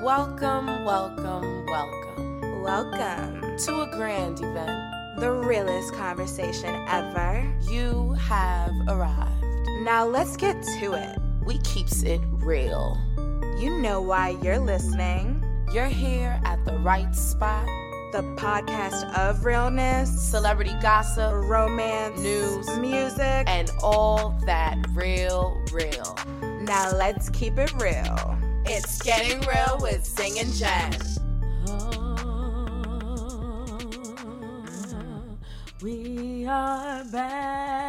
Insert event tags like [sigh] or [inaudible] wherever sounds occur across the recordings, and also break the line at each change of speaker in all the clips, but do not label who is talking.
Welcome, welcome, welcome
Welcome.
to a grand event.
The realest conversation ever.
You have arrived.
Now let's get to it.
We keeps it real.
You know why you're listening.
You're here at the right spot.
The podcast of realness,
Celebrity gossip
romance,
News.
music.
and all that real, real.
now let's keep it real.
It's getting real with Zing and Jen. Oh, We are back.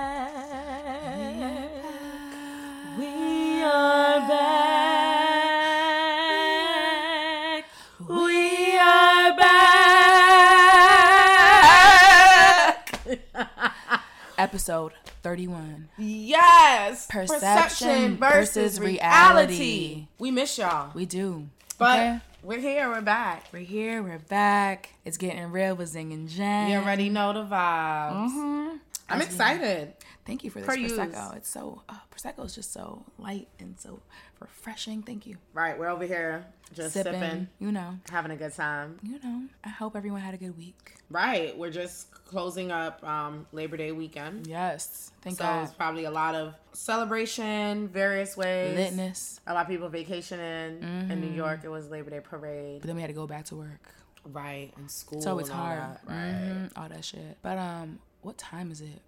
We are back. We are back. [laughs] Episode 31.
Yes.
Perception versus reality.
We miss y'all.
We do.
But
Okay?
we're here. We're back.
We're here, we're back. It's getting real with Zing and Jen.
You already know the vibes. Mm-hmm. I'm excited.
Thank you for this
Per use.
Prosecco. It's so, uh, Prosecco is just so light and so refreshing. Thank you.
Right. We're over here just sipping.
You know,
having a good time.
you know. I hope everyone had a good week.
Right. We're just closing up um, Labor Day weekend.
Yes. Thank
So
God.
it's probably a lot of celebration, various ways.
Litness.
A lot of people vacationing in New York. It was Labor Day parade.
But then we had to go back to work.
Right. And school.
So it's
and all
hard.
that. Right.
Mhm, All that shit. But um, what time is it?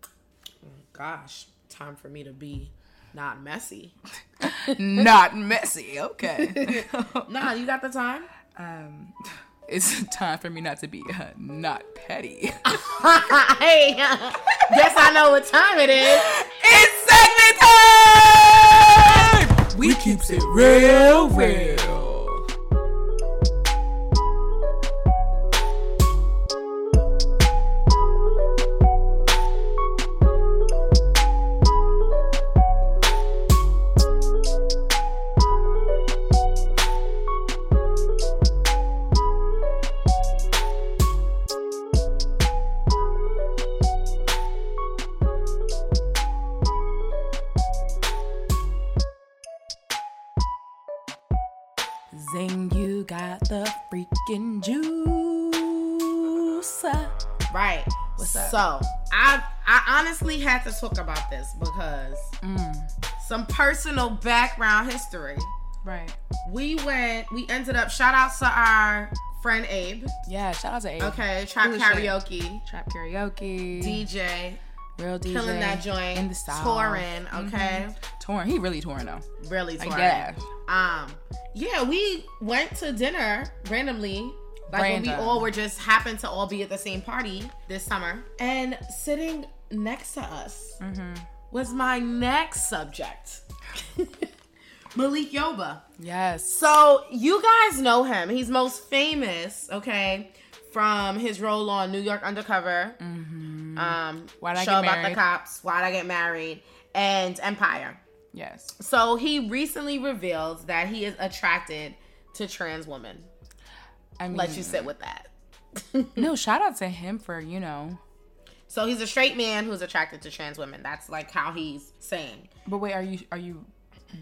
Gosh. Time for me to be not messy.
Not messy. [laughs] Okay.
Nah, you got the time?
um, [laughs] it's time for me not to be uh, not petty. [laughs]
hey, [laughs] guess I know what time it is.
It's segment time! We keeps it real, real. Zing, you got the freaking juice.
Right.
What's up?
So I I honestly had to talk about this because
Mm.
some personal background history.
Right.
We went. We ended up. Shout out to our friend Abe.
Yeah, shout out to Abe.
Okay, trap
Who is she?
karaoke.
Trap karaoke.
DJ,
real DJ.
killing that joint,
In the South. Mm-hmm.
touring, okay,
Touring. He really touring though.
really touring.
Like that.
Um, yeah, we went to dinner randomly. Like when
Random.
we all were just happened to all be at the same party this summer. And sitting next to us
Mm-hmm.
was my next subject. [laughs] Malik Yoba.
Yes.
So you guys know him. He's most famous, okay, from his role on New York Undercover, um,
Mm-hmm. Why'd I
show
Get
about
Married?
the cops, Why'd I Get Married, and Empire.
Yes.
So he recently revealed that he is attracted to trans women.
I mean,
Let you sit with that.
No, shout out to him for, you know.
[laughs] So he's a straight man who's attracted to trans women. That's like how he's saying.
But wait, are you are you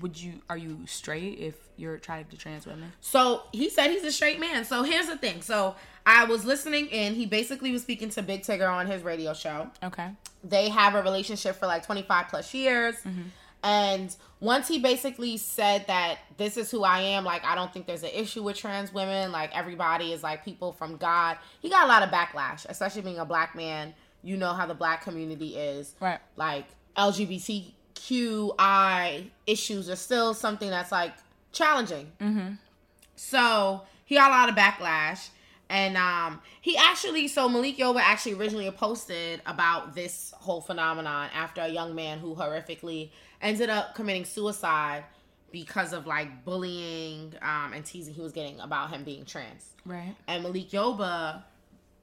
would you are you straight if you're attracted to trans women?
So he said he's a straight man. So here's the thing. So I was listening in. He basically was speaking to Big Tigger on his radio show.
Okay.
They have a relationship for like 25 plus years. And once he basically said that this is who I am, like I don't think there's an issue with trans women. Like everybody is like people from God. He got a lot of backlash, especially being a black man. You know how the black community is.
Right.
Like LGBTQI issues are still something that's like challenging. Mm-hmm. So he got a lot of backlash. And um, he actually, so Malik Yoba actually originally posted about this whole phenomenon after a young man who horrifically ended up committing suicide because of like bullying um, and teasing he was getting about him being trans
Right.
and Malik Yoba,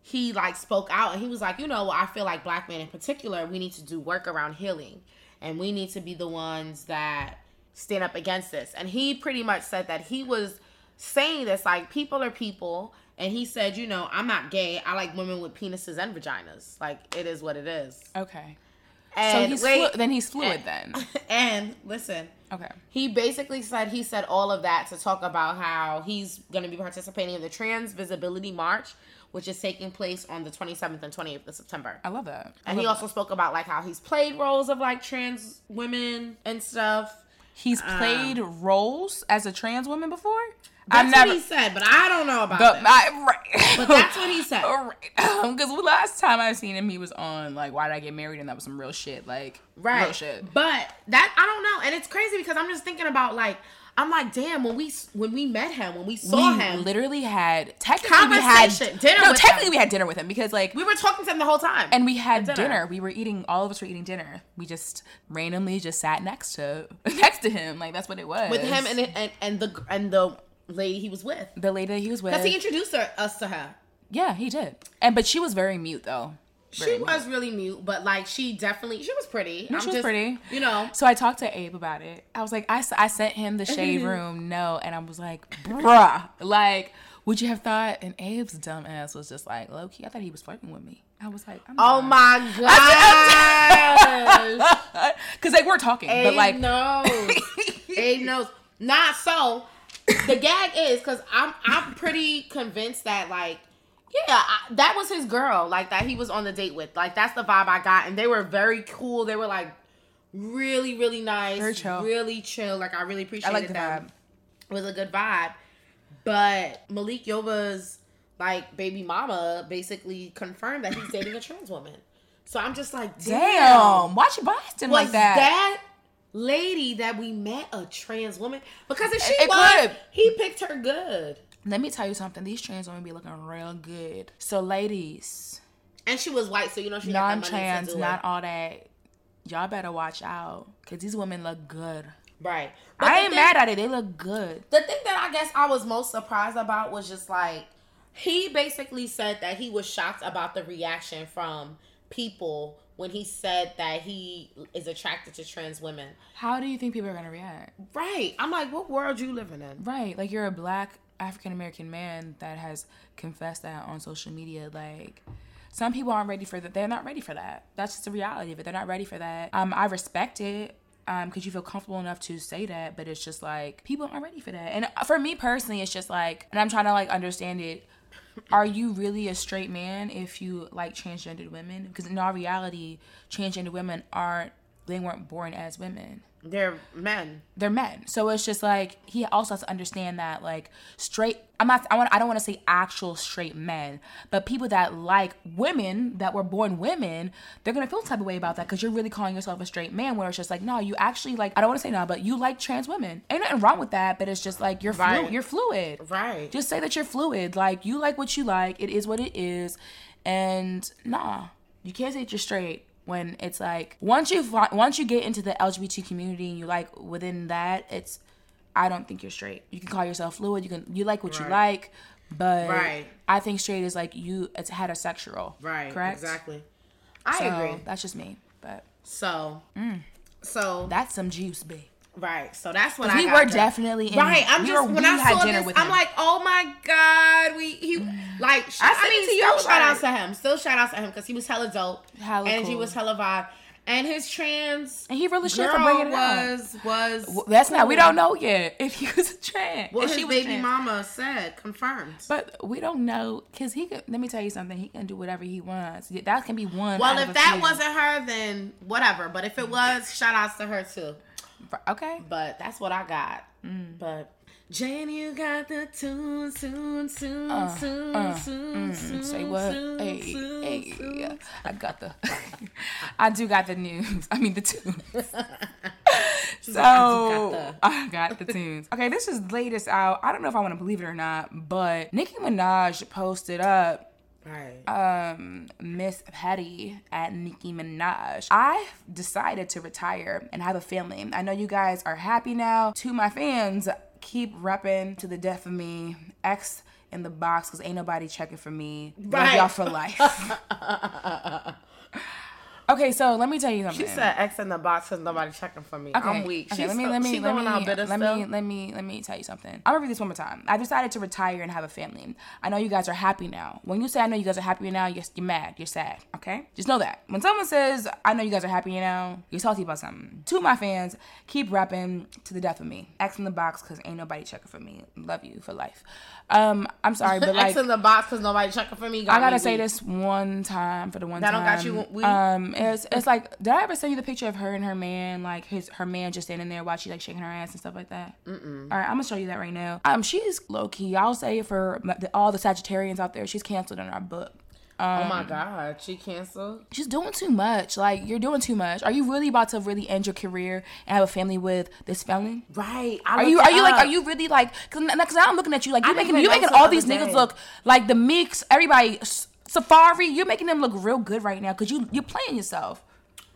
he like spoke out and he was like, you know, I feel like black men in particular, we need to do work around healing, and we need to be the ones that stand up against this. And he pretty much said that he was saying this like people are people, and he said, you know, I'm not gay. I like women with penises and vaginas. Like it is what it is.
Okay. So
And
he's
wait,
flu- then he's fluid [laughs] then.
and listen,
Okay.
he basically said he said all of that to talk about how he's going to be participating in the Trans Visibility March, which is taking place on the 27th and 28th of September.
I love that. I
And he
love
also spoke about like how he's played roles of like trans women and stuff.
that. he's played roles as a trans woman before.
That's
I've never.
what he said, but I don't know about
the,
that.
I, right.
But that's what
[laughs]
he said.
Because last time I seen him, he was on like "Why Did I Get Married?" and that was some real shit. Like
right.
real shit.
But that I don't know, and it's crazy because I'm just thinking about like I'm like, damn, when we s- when we met him, when we saw
we
him,
literally had technically we had
Conversation, dinner
No,
with
technically
him.
we had dinner with him because like
we were talking to him the whole time,
and we had
At
dinner.
dinner.
We were eating. All of us were eating dinner. We just randomly just sat next to [laughs] next to him. Like that's what it was
with him and, and and the and the lady he was with.
the lady that he was with.
Because he introduced her, us to her.
yeah, he did. And but she was very mute though. Very
She was really mute, but like she definitely she was pretty.
No, she was pretty.
You know,
So I talked to Abe about it. I was like, I, s- I sent him the shade
[laughs]
room no, and I was like, bruh, like, would you have thought? And Abe's dumb ass was just like, low key, I thought he was flirting with me. I was like, I'm
Oh my gosh.
[laughs] god, because they were talking, but
Abe
like,
knows.
[laughs]
Abe knows. Not so. The gag is because I'm I'm pretty convinced that like yeah I, that was his girl like that he was on the date with like that's the vibe I got and they were very cool they were like really really nice
Very chill.
really chill like I really
I
appreciated
like the
them
vibe.
it was a good vibe but Malik Yoba's like baby mama basically
[coughs]
confirmed that he's dating a trans woman so I'm just like damn
Damn, why'd you bust him
was
like that?
lady that we met a trans woman? Because if she
It
was,
could.
he picked her good,
Let me tell you something. These trans women be looking real good. So, ladies,
and she was white, so you know she had the money to
non-trans,
do
not
it.
all that. Y'all better watch out, cause these women look good.
right.
I
the
ain't
thing-
mad at it. They look good.
The thing that I guess I was most surprised about was just like he basically said that he was shocked about the reaction from people when he said that he is attracted to trans women.
How do you think people are gonna react?
Right. I'm like, what world you living in?
Right. Like you're a black African American man that has confessed that on social media. Like some people aren't ready for that. They're not ready for that. That's just the reality of it. They're not ready for that. Um, I respect it. Um, cause you feel comfortable enough to say that, but it's just like people aren't ready for that. And uh, for me personally, it's just like, and I'm trying to like understand it. Are you really a straight man if you like transgendered women? Because in all reality, transgendered women aren't. They weren't born as women
They're men.
they're men. So it's just like he also has to understand that like straight I'm not I want I don't want to say actual straight men, but people that like women that were born women, they're gonna feel some type of way about that because you're really calling yourself a straight man where it's just like, no, you actually like I don't want to say no, but you like trans women. Ain't nothing wrong with that, but it's just like you're flu-
Right.
you're fluid.
Right.
Just say that you're fluid. Like you like what you like. It is what it is. And nah, you can't say that you're straight when it's like once you fi- once you get into the LGBT community and you like within that, it's I don't think you're straight. You can call yourself fluid. You can you like what you like, but
Right.
I think straight is like you it's heterosexual.
Right.
Correct.
Exactly. I
So,
agree.
That's just me. But
So, so
that's some juice, B.
right. So that's when I
We
got
were
drunk.
definitely in,
right. I'm
we
just
were-
when
we
I
had
saw
dinner
this,
with
I'm
him.
like, oh my god,
[sighs]
we he like. sh- I,
sent it
mean,
to
still
you,
shout outs to
like-
him. Still shout outs to him because he was hella dope.
Hella
Energy
cool.
was hella vibe, and his trans
and he really should for
girl
bringing it up.
was was
Well, that's not. We don't know yet [laughs] if he was a trans.
what
if
his
she was
baby
trans.
mama said confirmed.
But we don't know because he could. Let me tell you something. He can do whatever he wants. Yeah, That can be one.
well,
out of
if
a
that
few.
wasn't her, then whatever. But
Mm.
if it was, shout outs to her too.
okay,
But that's what I got.
Mm.
But Jane, you got the tune, soon, soon,
Uh,
soon, soon,
mm.
soon.
say what?
soon,
Hey,
soon,
hey,
soon.
yeah. I got the. [laughs] I do got the news. I mean the
[laughs]
tunes. so
the-
[laughs] I got the tunes. Okay, this is latest out. I don't know if I want to believe it or not, but Nicki Minaj posted up
Right.
um Miss Patty at Nicki Minaj. I decided to retire and have a family. I know you guys are happy now. To my fans, keep repping to the death of me. X in the box because ain't nobody checking for me. Love
Right.
y'all for life. [laughs] Okay, so let me tell you something.
She said X in the box because nobody checking for me.
Okay,
I'm weak.
Okay,
She's
let me
still-
let me
she
let
going
me
out bitter
let
still.
me let me let me tell you something. I'm gonna read this one more time. I decided to retire and have a family. I know you guys are happy now. When you say I know you guys are happy now, you're, you're mad, you're sad. Okay, just know that. When someone says I know you guys are happy now, you're salty about something. To my fans, keep rapping to the death of me. X in the box because ain't nobody checking for me. Love you for life. Um, I'm sorry, but like
[laughs] X in the box because nobody checking for me. got
I gotta
me
say
weak.
this one time for the one
That don't
time.
got you weak? Oh
Um, it's it's like, did I ever send you the picture of her and her man, like his her man just standing there while she like shaking her ass and stuff like that? Mm-mm. All right, I'm gonna show you that right now. Um, she's low key. I'll say for the, all the Sagittarians out there, she's canceled in our book.
oh my god, she canceled.
She's doing too much. Like you're doing too much. Are you really about to really end your career and have a family with this felon?
Right. I
Are
looked
you
it
are you like
up.
are you really like because now I'm looking at you like you
didn't
making
even
you
know
making
till
all
the
these
other
niggas
day.
look like the Meeks everybody S- Safari you're making them look real good right now because you you're playing yourself.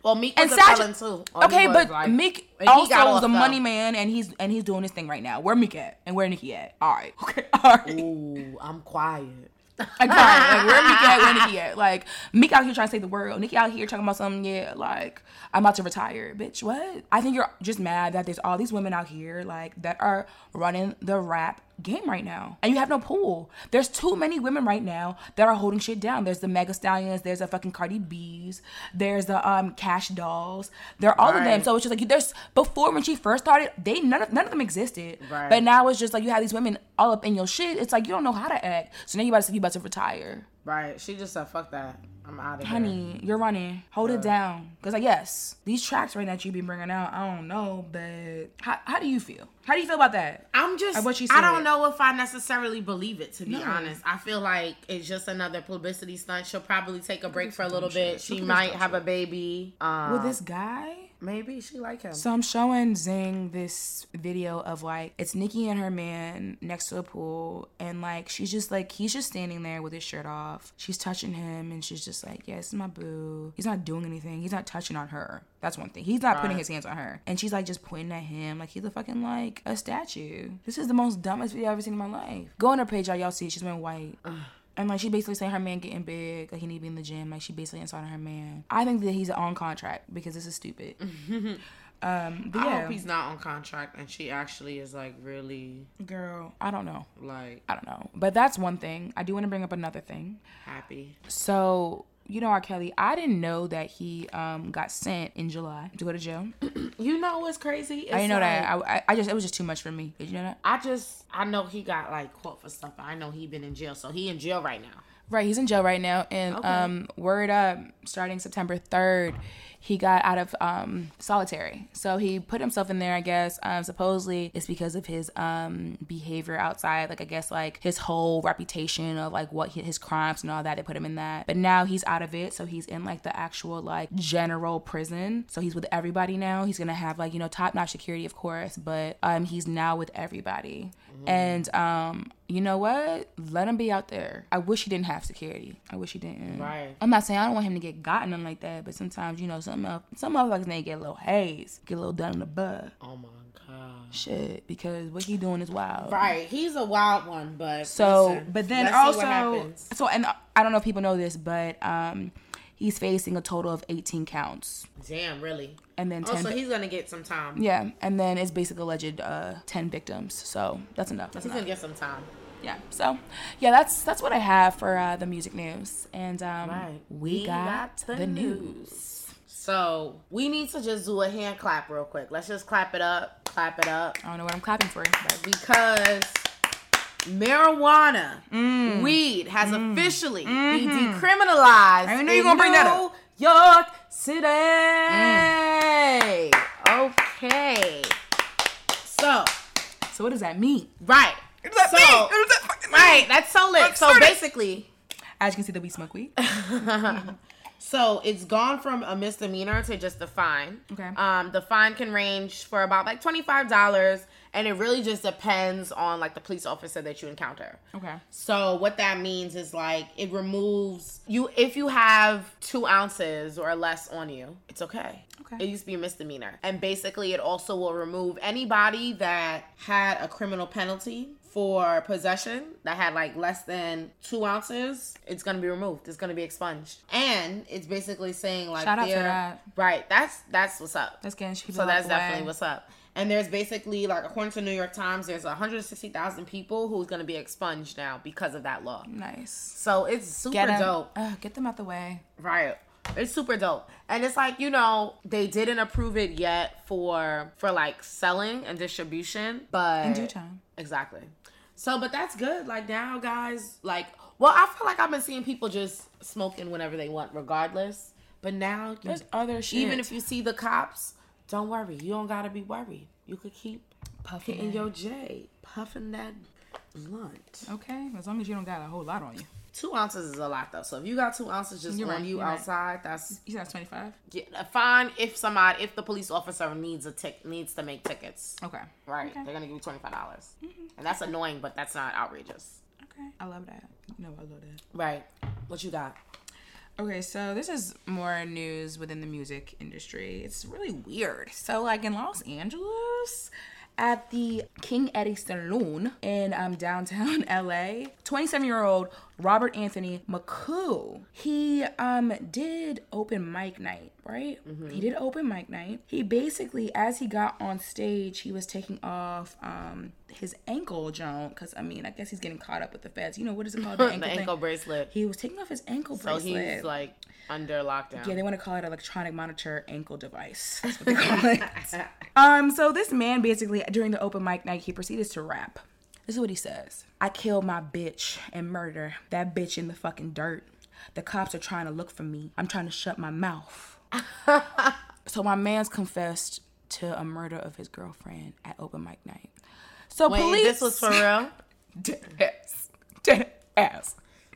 Well, Meek
And
was a
Sag-
felon too. Oh, he
okay,
was,
but
like-
Meek
and he got
also
off,
is a money
though.
man and he's and he's doing his thing right now. Where Meek at and where Nicki at? All right, [laughs] okay, all right.
Ooh, I'm quiet. [laughs]
I cried. [laughs] Like, where Meek at? Where Nicki at? Like Meek out here trying to save the world. Nicki out here talking about something. Yeah, like I'm about to retire, bitch. What? I think you're just mad that there's all these women out here like that are running the rap game right now, and you have no pool. There's too many women right now that are holding shit down. There's the Mega Stallions. There's the fucking Cardi B's. There's the um Cash Dolls. They're all of them.
Right.
So it's just like there's before when she first started, they none of none of them existed.
Right.
But now it's just like you have these women all up in your shit. It's like you don't know how to act. So now you about to you about to retire.
Right. She just said, "Fuck that. I'm out of here."
Honey, you're running. Hold it down. Cause like yes, these tracks right now that you be bringing out, I don't know, but how, how do you feel? How do you feel about that?
I'm just.
Like what she
I don't
said.
know if I necessarily believe it. To be honest, I feel like it's just another publicity stunt. She'll probably take a break for a little bit. She might have a baby. Um,
With this guy.
maybe she like him.
So I'm showing Zing this video of like it's Nikki and her man next to a pool, and like she's just like he's just standing there with his shirt off. She's touching him, and she's just like, "Yeah, this is my boo." He's not doing anything. He's not touching on her. That's one thing. He's not putting his hands on her, and she's like just pointing at him like he's a fucking like a statue. This is the most dumbest video I've ever seen in my life. Go on her page, y'all. Y'all see it. she's wearing white. And like she basically saying her man getting big, like he need to be in the gym. Like she basically insulting her man. I think that he's on contract because this is stupid. um, but
I
yeah,
hope he's not on contract and she actually is like really
girl. I don't know.
like
I don't know. But that's one thing. I do want to bring up another thing.
happy.
So you know, R. Kelly. I didn't know that he um got sent in July to go to jail.
You know what's crazy? It's
I didn't know that.
like-
I, I, I just it was just too much for me. Did you know that?
I just I know he got like caught for stuff. but I know he been in jail, so he in jail right now.
Right, he's in jail right now, and um, word up, starting September third, he got out of um solitary. So he put himself in there, I guess. Um, supposedly it's because of his um behavior outside, like I guess like his whole reputation of like what he, his crimes and all that. They put him in that, but now he's out of it, so he's in like the actual like general prison. So he's with everybody now. He's gonna have like you know top notch security, of course, but um he's now with everybody, and um you know what? Let him be out there. I wish he didn't have security. I wish he didn't.
Right.
I'm not saying I don't want him to get gotten nothing like that, but sometimes you know some of some motherfuckers they get a little haze, get a little done in the bud,
Oh my god.
shit, because what he doing is wild.
Right, he's a wild one, but
So,
listen,
but then
let's see
also,
what happens.
so and I don't know if people know this, but um, he's facing a total of 18 counts,
damn, really.
and then 10.
Also, he's gonna get some time.
yeah, and then it's basically alleged uh, 10 victims. So that's enough. That's
He's
enough.
gonna get some time.
yeah. So, yeah, that's that's what I have for uh, the music news, and um,
Right.
we, got, the, news.
So we need to just do a hand clap real quick. Let's just clap it up, clap it up,
I don't know what I'm clapping for, but
because marijuana,
Mm.
weed has officially been decriminalized.
Mm-hmm. I knew you
in
were gonna bring that
New
up. Mm.
York City. Okay. So
so what does that mean?
right.
that
so,
mean? What does that fucking
right. That's so lit. So
excited.
basically,
As you can see, that we smoke weed.
So it's gone from a misdemeanor to just a fine.
Okay.
Um, the fine can range for about like twenty five dollars, and it really just depends on like the police officer that you encounter.
Okay.
So what that means is like it removes you if you have two ounces or less on you, it's okay.
Okay.
It used to be a misdemeanor, and basically it also will remove anybody that had a criminal penalty for possession that had like less than two ounces, it's gonna be removed. It's gonna be expunged, and it's basically saying like,
Shout out to
they're-
that.
right? That's that's what's up.
That's getting people.
So that's
out the way.
definitely what's up. And there's basically like according to New York Times, there's 160,000 people who's gonna be expunged now because of that law.
nice.
So it's super
Get them.
dope.
Ugh, get them out the way.
Right. It's super dope. And it's like, you know, they didn't approve it yet for for like selling and distribution, but
In due time.
Exactly. So, but that's good. Like now guys, like well, I feel like I've been seeing people just smoking whenever they want regardless, but now you,
There's other shit.
even if you see the cops, don't worry. You don't got to be worried. You could keep
puffing
hitting
in your
your J, puffing that blunt.
okay, as long as you don't got a whole lot on you.
Two ounces is a lot though. So if you got two ounces just
You're
on
right,
you
you're right.
outside, that's
You said that's 25.
yeah, fine. If somebody, if the police officer needs a tick, needs to make tickets,
Okay.
right?
Okay.
They're gonna give you twenty five dollars, and that's annoying, but that's not outrageous,
Okay. I love that. You know I love that.
right? What you got?
Okay, so this is more news within the music industry. It's really weird. So, like in Los Angeles, at the King Eddie Saloon in um, downtown [laughs] LA, 27 year old Robert Anthony McCoo, he um, did open mic night, right?
Mm-hmm.
He did open mic night. He basically, as he got on stage, he was taking off um, his ankle joint, because I mean, I guess he's getting caught up with the feds. You know, what is it called?
[laughs] The
thing?
ankle bracelet.
He was taking off his ankle
So
bracelet.
he's like under lockdown.
Yeah, they want to call it electronic monitor ankle device. That's
[laughs]
what they call it. um, so this man basically during the open mic night, he proceeded to rap. This is what he says. I killed my bitch and murder that bitch in the fucking dirt. The cops are trying to look for me. I'm trying to shut my
[laughs]
mouth. so my man's confessed to a murder of his girlfriend at open mic night. So
Wait,
police
this was for real.
[laughs] dead ass. Dead ass.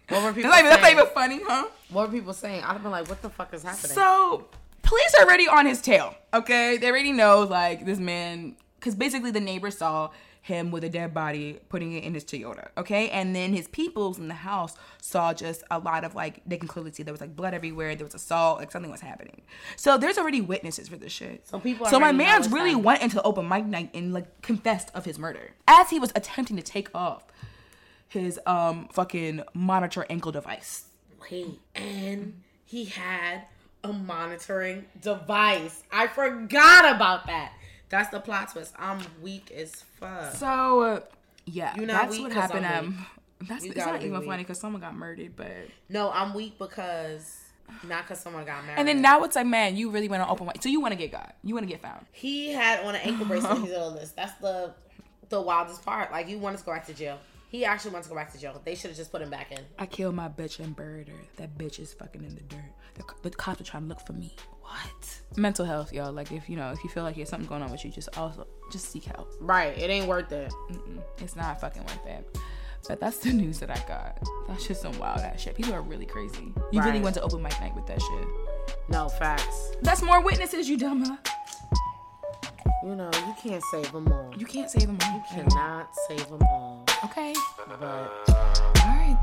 What were people
That's not, even, that's not
saying?
even funny, huh?
What were people saying? I'd have been like, "What the fuck is happening?"
So police are already on his tail. Okay, they already know like this man, because basically the neighbor saw him with a dead body putting it in his Toyota. Okay, and then his peoples in the house saw just a lot of like they can clearly see there was like blood everywhere. There was assault, like something was happening. So there's already witnesses for this shit.
So people
So my
already know
man's
it's
really
happening.
went into the open mic night and like confessed of his murder as he was attempting to take off his um fucking monitor ankle device.
Wait, and he had a monitoring device. I forgot about that. That's the plot twist. I'm weak as fuck.
So uh, yeah,
You know
that's
we-
what
'cause I'm
happened. Um, that's
You
it's
gotta
not
be
even
weak.
funny because someone got murdered, but
no, I'm weak because not because someone got married.
and then now it's like, man, you really want to open white, so you want to get got, you want to get found.
he had on an ankle bracelet. He's on [laughs] this. That's the the wildest part. Like you wanted to go back to jail. He actually wants to go back to jail. They should have just put him back in.
I killed my bitch and buried her. That bitch is fucking in the dirt. The, co- the cops are trying to look for me. What? Mental health, y'all. Like if you know, if you feel like there's something going on with you, just also just seek help.
Right. It ain't worth it.
It's not fucking worth it. But that's the [laughs] news that I got. That's just some wild ass shit. People are really crazy. You really
Right.
went to open mic night with that shit.
No facts.
That's more witnesses, you dumbass.
You know you can't save them all. You
You can't save them all.
cannot save them all.
Okay.
But
All right.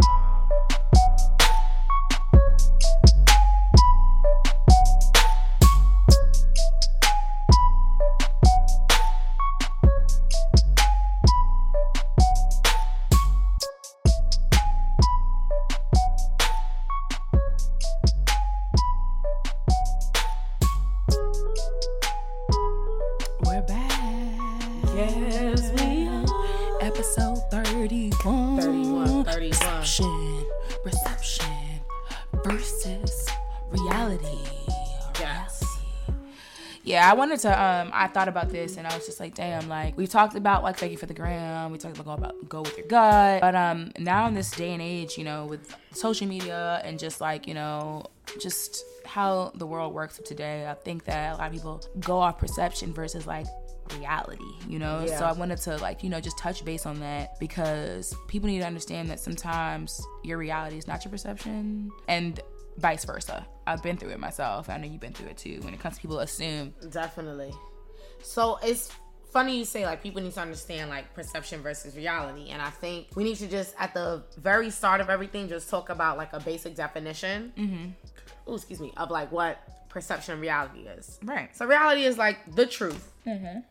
We're back.
yes, we
Episode 31.
31, 31.
Perception, perception versus reality.
Yes.
Yeah, I wanted to. Um, I thought about this, and I was just like, "Damn!" Like we talked about, like, thank you for the gram. We talked about go, about go with your gut, but um, now in this day and age, you know, with social media and just like you know, just how the world works today, I think that a lot of people go off perception versus like reality. You know,
Yeah.
so I wanted to like you know just touch base on that because people need to understand that sometimes your reality is not your perception, and vice versa. I've been through it myself. I know you've been through it too. When it comes to people assume
Definitely. So it's funny you say like people need to understand like perception versus reality, and I think we need to just at the very start of everything just talk about like a basic definition. Mm-hmm. Oh, excuse me, of like what perception and reality is.
right. Mm-hmm.
So reality is like the truth,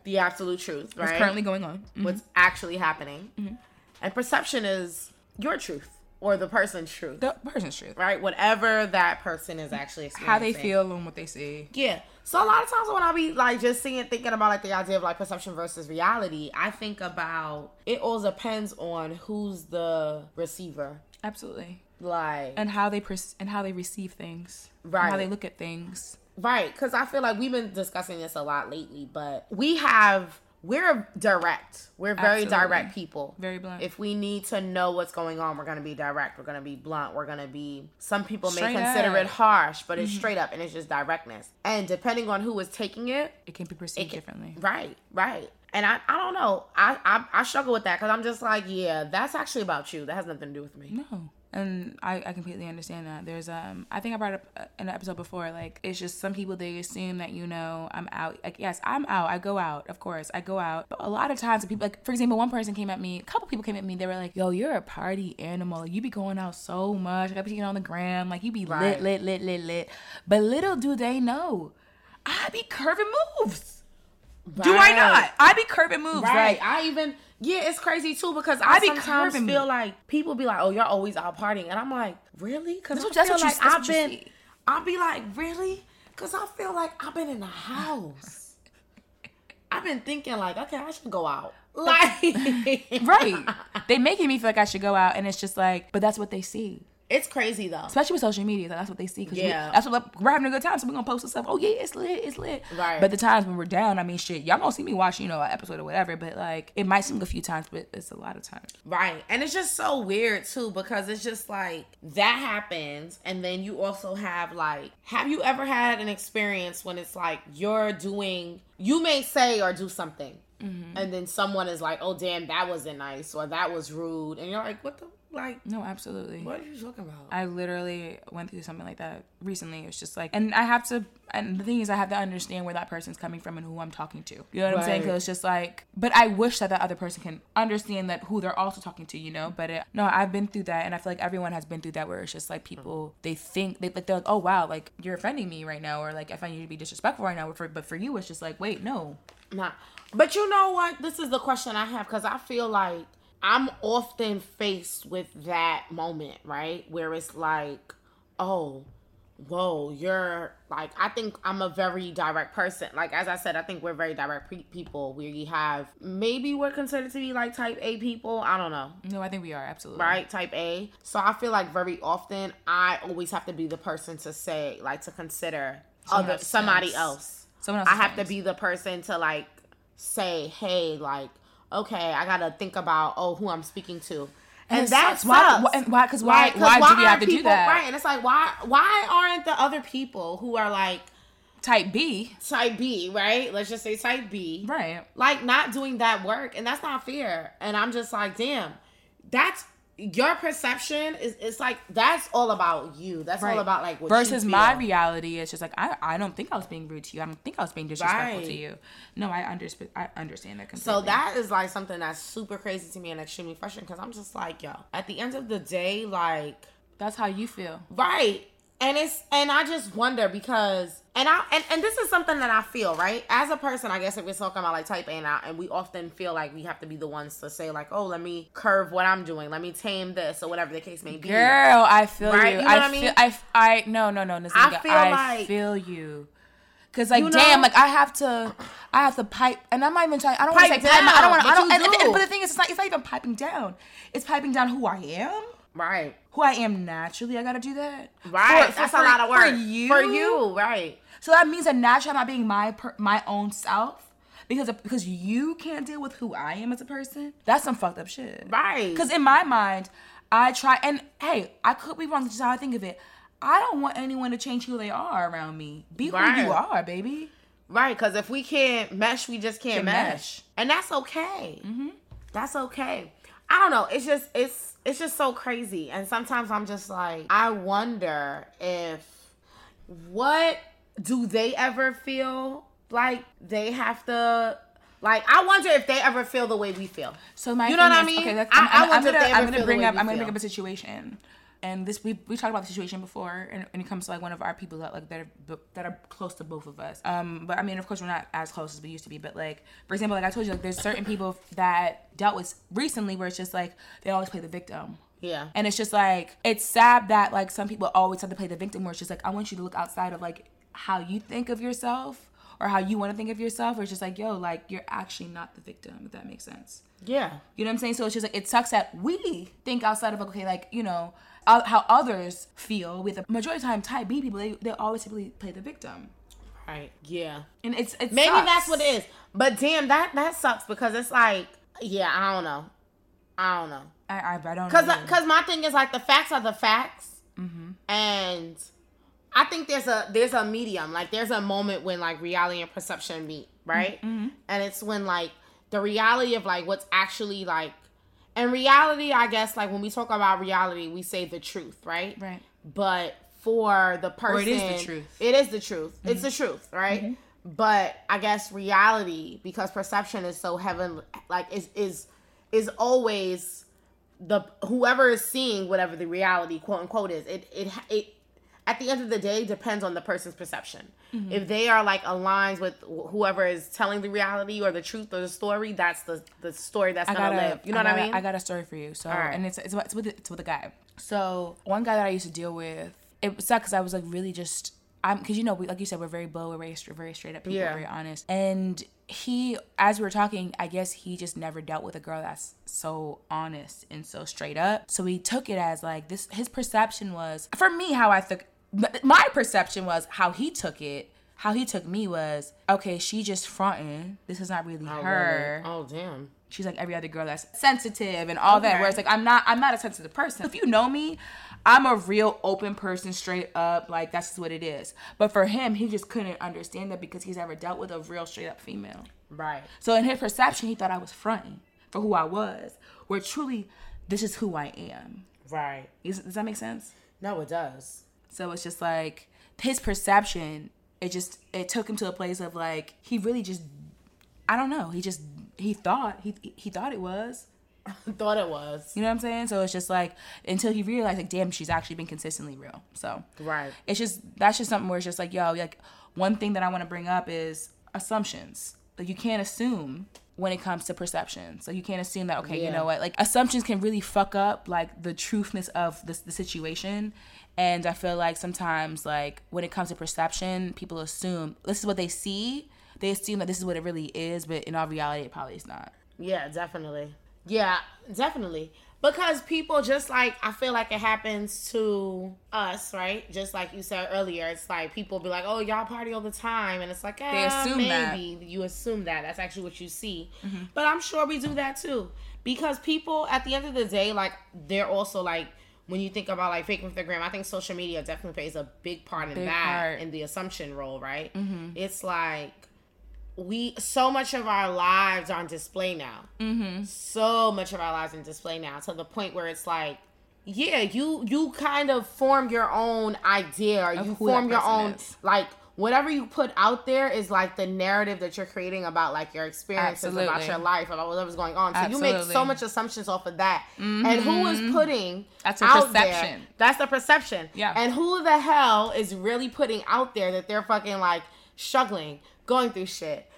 the absolute truth, right?
currently Mm-hmm. going on. Mm-hmm.
What's actually happening. And perception is your truth or the person's truth,
The person's truth.
right? Whatever that person is actually experiencing.
How they feel and what they see.
Yeah. So a lot of times when I be like just seeing thinking about like the idea of like perception versus reality, I think about it all depends on who's the receiver.
Absolutely.
Like
And how they pers- and how they receive things. and How
Right.
they look at things.
Right, because I feel like we've been discussing this a lot lately, but we have we're direct. We're very
Absolutely.
direct people.
Very blunt.
If we need to know what's going on, we're gonna be direct. We're gonna be blunt. We're gonna be. Some people may
Straight
consider
up. Mm-hmm.
it harsh, but it's straight up and it's just directness. And depending on who is taking it,
it can be perceived differently.
Right, right. And I, I don't know. I, I, I struggle with that because I'm just like, yeah, that's actually about you. That has nothing to do with me.
No. And I, I completely understand that. There's um I think I brought up uh, in an episode before like it's just some people they assume that you know I'm out like yes I'm out I go out of course I go out but a lot of times people like for example one person came at me a couple people came at me they were like yo you're a party animal you be going out so much like, I be seeing on the gram like you be
Right.
lit lit lit lit lit but little do they know I be curving moves do I
Right.
not I be curving moves
Right.
like
I even yeah, it's crazy too because I,
be
sometimes
curbing
feel
me.
like people be like, "Oh, you're always out partying," and I'm like, "Really?" Because
That's
I
what- that's
feel
what you-
like
that's
I've
what you
been,
see.
I'll be like, "Really?" Because I feel like I've been in the house. I've been thinking like, okay, I should
[laughs]
go out. Like,
right they making me feel like I should go out and it's just like but that's what they see.
[laughs] It's crazy though.
especially with social media. That's what they see. 'cause we-
Yeah.
that's what we're having a good time, so we're gonna post this stuff. Oh yeah, it's lit, it's lit.
Right.
But the times when we're down, I mean, shit, y'all gonna see me watch, you know, an episode or whatever. But like, it might seem like a few times, but it's a lot of times.
Right. And it's just so weird too because it's just like that happens and then you also have like have you ever had an experience when it's like you're doing you may say or do something and then someone is like, "Oh damn, that wasn't nice or that was rude." And you're like, "What the like
No, absolutely.
what are you talking about?"
I literally went through something like that recently. It was just like, and I have to, and the thing is, I have to understand where that person's coming from and who I'm talking to. You know what I'm saying?
Right.
Because it's just like, but I wish that that other person can understand that who they're also talking to. You know, but it, no, I've been through that, and I feel like everyone has been through that, where it's just like people they think they like they're like, oh wow, like you're offending me right now, or like I find you to be disrespectful right now. But for, but for you, it's just like, wait, no,
Nah. But you know what? This is the question I have because I feel like I'm often faced with that moment, right? Where it's like, oh, whoa, you're like, I think I'm a very direct person. Like, as I said, I think we're very direct pe- people. We have maybe we're considered to be like type A people. I don't know
no, I think we are absolutely
right? Type A. So I feel like very often I always have to be the person to say, like, to consider
Someone
other
else's
somebody
feelings.
else.
Someone
I
else's
have to
feelings.
be the person to like say, hey, like, okay, I gotta think about oh who I'm speaking to. And,
it
that
sucks.
sucks.
Why- why- and why- 'cause why-
Right? 'Cause
why do we have
aren't
to do
people-
that?
Right. And it's like why why aren't the other people who are like
Type B,
type B, right? Let's just say type B
right?
like not doing that work and that's not fair and i'm just like damn that's your perception is it's like that's all about you that's all about like what you
versus my
feel.
reality it's just like I, I don't think I was being rude to you. I don't think I was being disrespectful to
Right.
you. No, I understand I understand that completely.
so that is like something that's super crazy to me and extremely frustrating because i'm just like yo at the end of the day like
that's how you feel.
Right. And it's and I just wonder because and I and, and this is something that I feel, right? As a person, I guess if we're talking about like type A and I, and we often feel like we have to be the ones to say like, oh, let me curve what I'm doing, let me tame this or whatever the case may be.
Girl, I feel
Right?
you.
You know
I
what I
feel
mean?
I f- I no no no. Listen,
I
I feel
feel
I
like-
feel you. Cause like
You
damn,
know?
like I have to, I have to pipe, and I'm not even trying. I don't want to say
Pipe
pipe. I don't
down,
want. to I
but
don't.
you
And, and- and-
do.
but the thing is, it's not. It's not even piping down. It's piping down who I am,
Right.
who I am naturally. I gotta do that.
Right.
For- for-
That's
for-
a lot of work.
for you.
For you, right.
So that means that naturally I'm not being my per- my own self because of, because you can't deal with who I am as a person. That's some fucked up shit.
Right.
Because in my mind, I try and hey, I could be wrong. This is how I think of it. I don't want anyone to change who they are around me. Be who
Right.
you are, baby.
Right, because if we can't mesh, we just can't
Can
mesh.
mesh.
and that's okay. Mm-hmm. That's okay. I don't know. It's just it's it's just so crazy, and sometimes I'm just like, I wonder if what do they ever feel like they have to like? I wonder if they ever feel the way we feel.
So my
You know
thing
what I
is-
mean?
Okay, that's,
I-
I'm,
I
I'm, I'm
wonder if
gonna,
they
I'm
ever
gonna
feel the
bring
way
up
we
I'm gonna
feel.
bring up a situation and this we we talked about the situation before, and, and it comes to like one of our people that like that are that are close to both of us. Um, but I mean, of course, we're not as close as we used to be. But like, for example, like I told you, like there's certain people that dealt with recently where it's just like they always play the victim.
Yeah.
And it's just like it's sad that like some people always have to play the victim where it's just like I want you to look outside of like how you think of yourself or how you want to think of yourself or it's just like yo like you're actually not the victim if that makes sense.
yeah.
You know what I'm saying? So it's just like it sucks that we think outside of like, okay, like you know o- how others feel. With the majority of the time, Type B people, they, they always typically play the victim,
Right. Yeah.
and it's it's
Maybe that's what it is. But damn, that that sucks because it's like, yeah, I don't know. I don't know.
I I, I don't
Cause,
know.
cause my thing is like the facts are the facts, and I think there's a there's a medium like there's a moment when like reality and perception meet, right? And it's when like the reality of like what's actually like, and reality, I guess like when we talk about reality, we say the truth, right?
right.
But for the
it
person,
is the truth. Mm-hmm.
It is the truth. It's the truth, right? But I guess reality, because perception is so heaven, like is is is always the whoever is seeing whatever the reality quote unquote is it it it at the end of the day depends on the person's perception
Mm-hmm.
if they are like aligned with wh- whoever is telling the reality or the truth or the story that's the the story that's
I
gonna
got
live you know
I
what
got
i
a-
mean
I got a story for you. So,
right.
and it's it's, about- it's with it's with a guy. So one guy that I used to deal with, it sucked because I was like really just I'm because you know we like you said we're very bold, we're very str- very straight up people,
Yeah.
very honest. And he, as we were talking, I guess he just never dealt with a girl that's so honest and so straight up. So he took it as like this. His perception was for me how I took my perception was how he took it. How he took me was okay. She just fronting. This is not really her
oh damn
she's like every other girl that's sensitive and all that whereas like i'm not i'm not a sensitive person if you know me i'm a real open person straight up like that's just what it is but for him he just couldn't understand that because he's never dealt with a real straight up female
right
so in his perception he thought i was fronting for who i was where truly this is who i am
right
is, does that make sense
no it does
so it's just like his perception it just it took him to a place of like he really just i don't know he just he thought he he thought it was
thought it was
You know what I'm saying? So it's just like until he realized, like, damn, she's actually been consistently real. So
Right.
it's just that's just something where it's just like, yo, like one thing that I want to bring up is assumptions. Like you can't assume when it comes to perception. So you can't assume that okay, you
Yeah.
know what? Like assumptions can really fuck up like the truthness of the the situation. And I feel like sometimes like when it comes to perception, people assume this is what they see. They assume that this is what it really is, but in all reality, it probably is not.
Yeah, definitely. Yeah, definitely. Because people just like I feel like it happens to us, right? Just like you said earlier, it's like people be like, "Oh, y'all party all the time," and it's like, eh,
assume that.
maybe you assume that that's actually what you see.
Mm-hmm.
But I'm sure we do that too, because people at the end of the day, like they're also like when you think about like fake Instagram, I think social media definitely plays a big part in that
part. Mm-hmm.
in the assumption role, right? It's like we so much of our lives are on display now. Mm-hmm. So much of our lives on display now to the point where it's like, yeah, you you kind of form your own idea. Or you
who that
form your
person
own
is.
like whatever you put out there is like the narrative that you're creating about like your experiences about
Absolutely.
your life about whatever's going on. So you make so
Absolutely. Mm-hmm.
much assumptions off of that. And who is putting
That's a
out there-
perception.
that's the perception.
Yeah.
And who the hell is really putting out there that they're fucking like struggling, going through shit,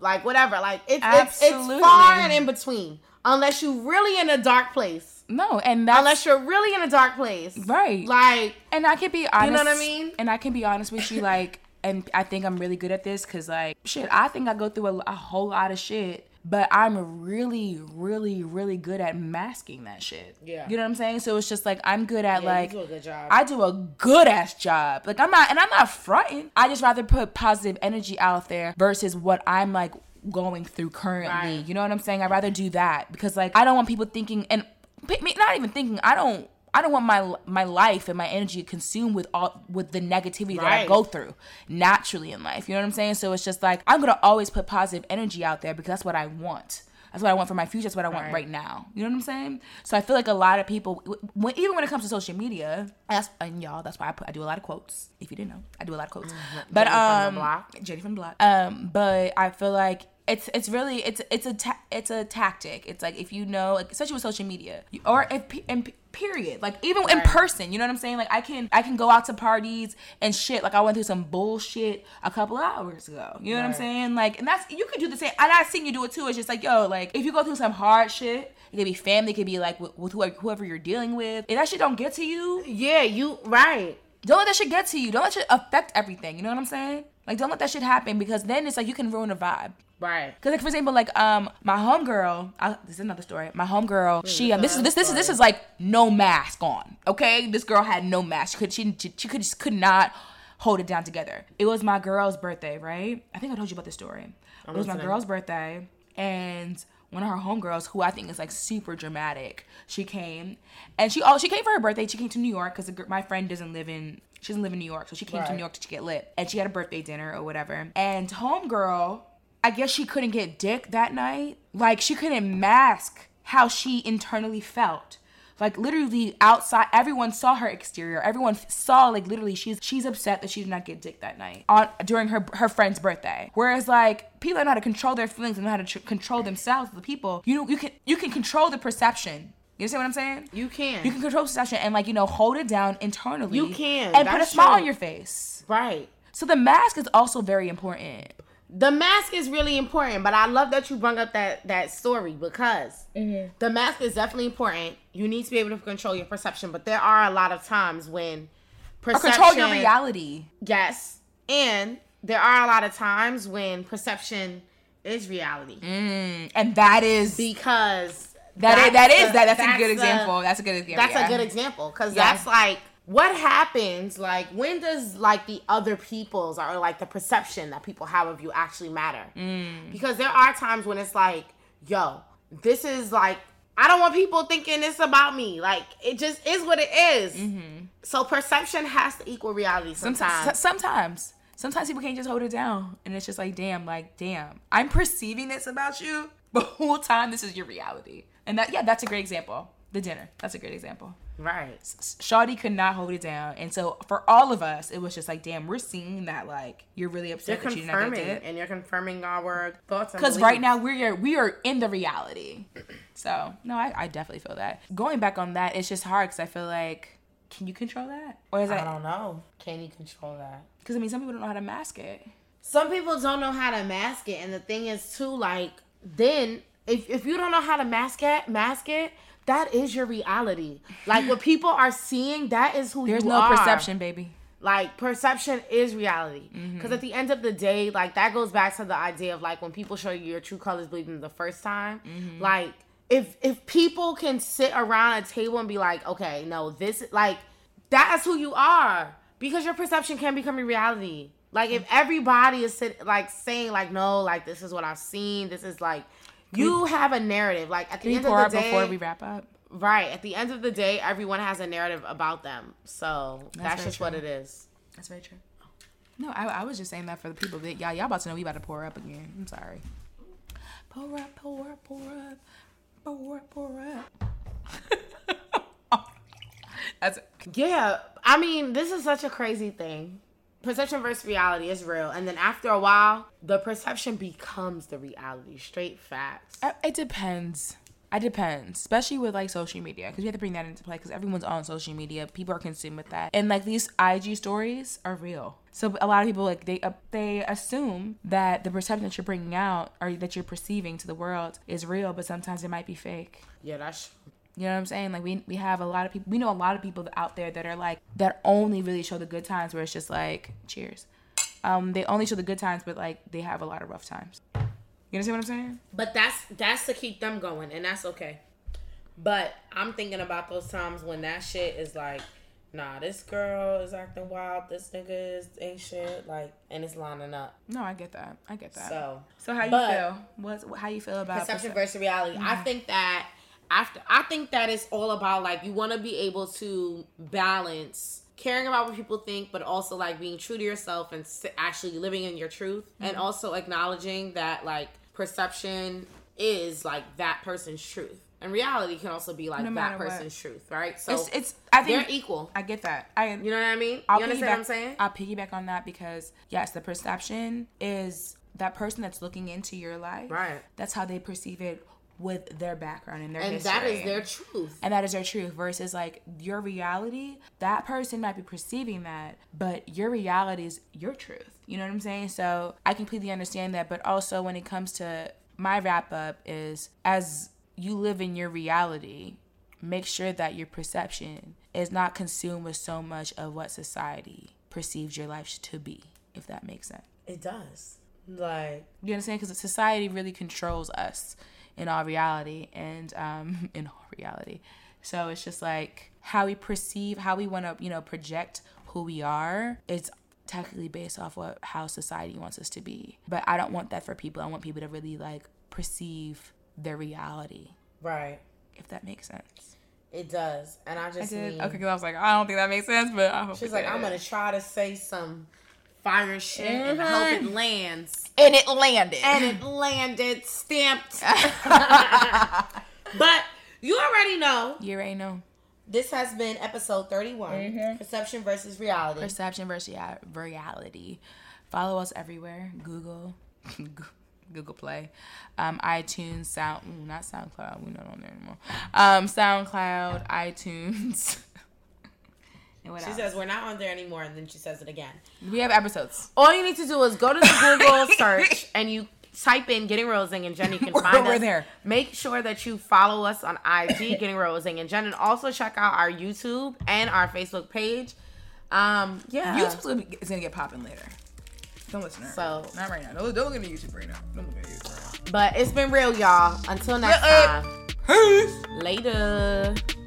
like whatever. Like it's it's, it's
Absolutely.
far and in between. Unless you really in a dark place.
No, and that's
Unless you're really in a dark place.
Right.
Like
And I can be honest.
know what I mean?
And I can be honest with you, like, and I think I'm really good at this because, like, shit, I think I go through a, a whole lot of shit, but I'm really, really, really good at masking that shit.
Yeah.
You know what I'm saying? So it's just like I'm good at
Yeah, you
like
do a good job.
I do a good ass job. Like I'm not, and I'm not fronting. I just rather put positive energy out there versus what I'm like going through currently.
Right.
You know what I'm saying? I'd rather do that because like I don't want people thinking and p- me- not even thinking. I don't. I don't want my my life and my energy consumed with all with the negativity that I
Right.
go through naturally in life. You know what I'm saying? So it's just like I'm gonna always put positive energy out there because that's what I want. That's what I want for my future. That's what I want
Right.
right now. You know what I'm saying? So I feel like a lot of people, w- when, even when it comes to social media, that's, and y'all, that's why I, put, I do a lot of quotes. If you didn't know, I do a lot of quotes. But
Jenny Mm-hmm. from the
um,
block.
Jenny from the block. Um, but I feel like it's it's really it's it's a ta- it's a tactic. It's like if you know, like, especially with social media, you- or if pe- and pe- period, like even in person, you know what I'm saying? Like I can I can go out to parties and shit. Like I went through some bullshit a couple hours ago. You know what I'm saying? Like and that's you could do the same. And I've seen you do it too. It's just like yo, like if you go through some hard shit, it could be family, it could be like with, with whoever, whoever you're dealing with. If that shit don't get to you,
Yeah, you right.
don't let that shit get to you. Don't let shit affect everything. You know what I'm saying? Like don't let that shit happen because then it's like you can ruin the vibe.
Right.
Cause like for example, like um my homegirl, I, this is another story. My homegirl, she um this is this this is this is like no mask on. Okay, this girl had no mask. She could she she, she could just could not hold it down together. It was my girl's birthday, right? I think I told you about this story. it was my
listening.
girl's birthday, and one of her homegirls, who I think is like super dramatic, she came, and she oh she came for her birthday. She came to New York because my friend doesn't live in. She doesn't live in New York, so she came to
Right.
New York to get lit. And she had a birthday dinner or whatever. And homegirl, I guess she couldn't get dick that night. Like she couldn't mask how she internally felt. Like literally outside, everyone saw her exterior. Everyone f- saw like literally she's she's upset that she did not get dick that night on during her her friend's birthday. Whereas like people know how to control their feelings and know how to tr- control themselves. The people you you can you can control the perception. You understand what I'm saying?
You can.
You can control perception and like you know hold it down internally.
You can.
and put a
That's
smile
true.
on your face.
right.
So the mask is also very important.
The mask is really important, but I love that you brought up that that story because
Mm-hmm.
the mask is definitely important. You need to be able to control your perception, but there are a lot of times when
Or
perception
control your reality.
Yes, and there are a lot of times when perception is reality
Mm. And that is
because
that is, that
that's
is
the-
that that's, a good
the-
example. That's a good example.
that's
yeah.
a good example because
Yeah.
that's like what happens like when does like the other people's or like the perception that people have of you actually matter
Mm.
because there are times when it's like yo this is like i don't want people thinking this about me like it just is what it is. so perception has to equal reality sometimes
Mm-hmm. sometimes. Sometimes. Sometimes people can't just hold it down, and it's just like, damn, like, damn, I'm perceiving this about you, [laughs] but whole time this is your reality. And that, yeah, that's a great example. The dinner, that's a great example.
right
Shawty could not hold it down, and so for all of us, it was just like, damn, we're seeing that, like, you're really
you're
upset that you did not
confirming
get it.
and you're confirming our thoughts and
Because right
beliefs.
now we're we are in the reality. So no, I, I definitely feel that. Going back on that, it's just hard because I feel like, can you control that, or is
i
that
don't know can you control that
because I mean some people don't know how to mask it.
some people don't know how to mask it and the thing is too like then if, if you don't know how to mask it mask it that is your reality like what people are seeing that is who
There's
you
no
are.
perception, baby.
like perception is reality
Mm-hmm.
because at the end of the day like that goes back to the idea of like when people show you your true colors believe them the first time
Mm-hmm.
like if if people can sit around a table and be like okay no this like that's who you are because your perception can become your reality like if
Mm-hmm.
everybody is sit, like saying like no like this is what i've seen this is like you have a narrative like at the
Can you
end
pour
of
up
the day
before we wrap up?
right at the end of the day everyone has a narrative about them so that's,
very
just what it is
That's very true. No, I, I was just saying that for the people that y'all y'all about to know we about to pour up again. I'm sorry. Pour up, pour up, pour up, pour up, pour up. [laughs] That's it.
Yeah, I mean, this is such a crazy thing. Perception versus reality is real, and then after a while, the perception becomes the reality. Straight facts.
Uh, It depends. It depends, especially with like social media, because we have to bring that into play. Because everyone's on social media, people are consumed with that, and like these IG stories are real. So a lot of people like they uh, they assume that the perception that you're bringing out or that you're perceiving to the world is real, but sometimes it might be fake.
Yeah, that's
You know what I'm saying? Like we we have a lot of people. We know a lot of people out there that are like that only really show the good times, where it's just like cheers. Um, they only show the good times, but like they have a lot of rough times. You understand what I'm saying?
But that's that's to keep them going, and that's okay. But I'm thinking about those times when that shit is like, nah, this girl is acting wild. This nigga is ain't shit. Like, and it's lining up.
No, I get that. I get that.
So,
So how you
But-
feel? What's how you feel about
perception
percep-
versus reality. I
Mm-hmm.
think that after I think that it's all about like you want to be able to balance caring about what people think, but also like being true to yourself and s- actually living in your truth, and
Mm-hmm.
also acknowledging that like perception is like that person's truth, and reality can also be like
matter
that
what.
person's truth, right? So
It's it's. I
they're
think
equal.
I get that. I
You know what I mean?
I'll
you understand
piggyback-
what I'm saying?
I'll piggyback on that because yes, the perception is that person that's looking into your life,
Right.
That's how they perceive it with their background and their
And
history.
that is their truth.
and that is their truth versus like your reality that person might be perceiving that but your reality is your truth you know what i'm saying so i completely understand that but also when it comes to my wrap up is as you live in your reality make sure that your perception is not consumed with so much of what society perceives your life to be if that makes sense
It does. Like
you understand? Because society really controls us in all reality and um, [laughs] in all reality. So it's just like how we perceive, how we want to, you know, project who we are. It's technically based off what how society wants us to be. But I don't want that for people. I want people to really like perceive their reality,
right.
if that makes sense.
It does. And I just mean
Okay, because I was like, I don't think that makes sense, but I hope
she's like, I'm gonna try to say some fire shit and
Mhm.
hope it lands.
and it landed.
and
[laughs]
it landed stamped. but you already know
you already know
this has been episode 31
Mm-hmm.
Perception versus Reality.
perception versus rea- reality. Follow us everywhere: Google, [laughs] Google Play, um, iTunes, Sound, ooh, not SoundCloud. We're not on there anymore. Um, SoundCloud, iTunes. [laughs] and what
she
else?
says we're not on there anymore, and then she says it again.
we have episodes.
All you need to do is go to the
[laughs]
Google search
And you type in Getting Rosing, and Jenny [laughs] can
We're-
find
we're
us.
there.
Make sure that you follow us on
[laughs]
IG, Getting Rosing and Jen, and also check out our YouTube and our Facebook page. Um, yeah.
YouTube's gonna, be, it's gonna get popping later. Don't listen. To her.
So-
not right now. Don't, don't look at me YouTube right now. Don't look at YouTube. Right
But it's been real, y'all. Until next
Yeah, uh,
time.
now. Peace.
Later.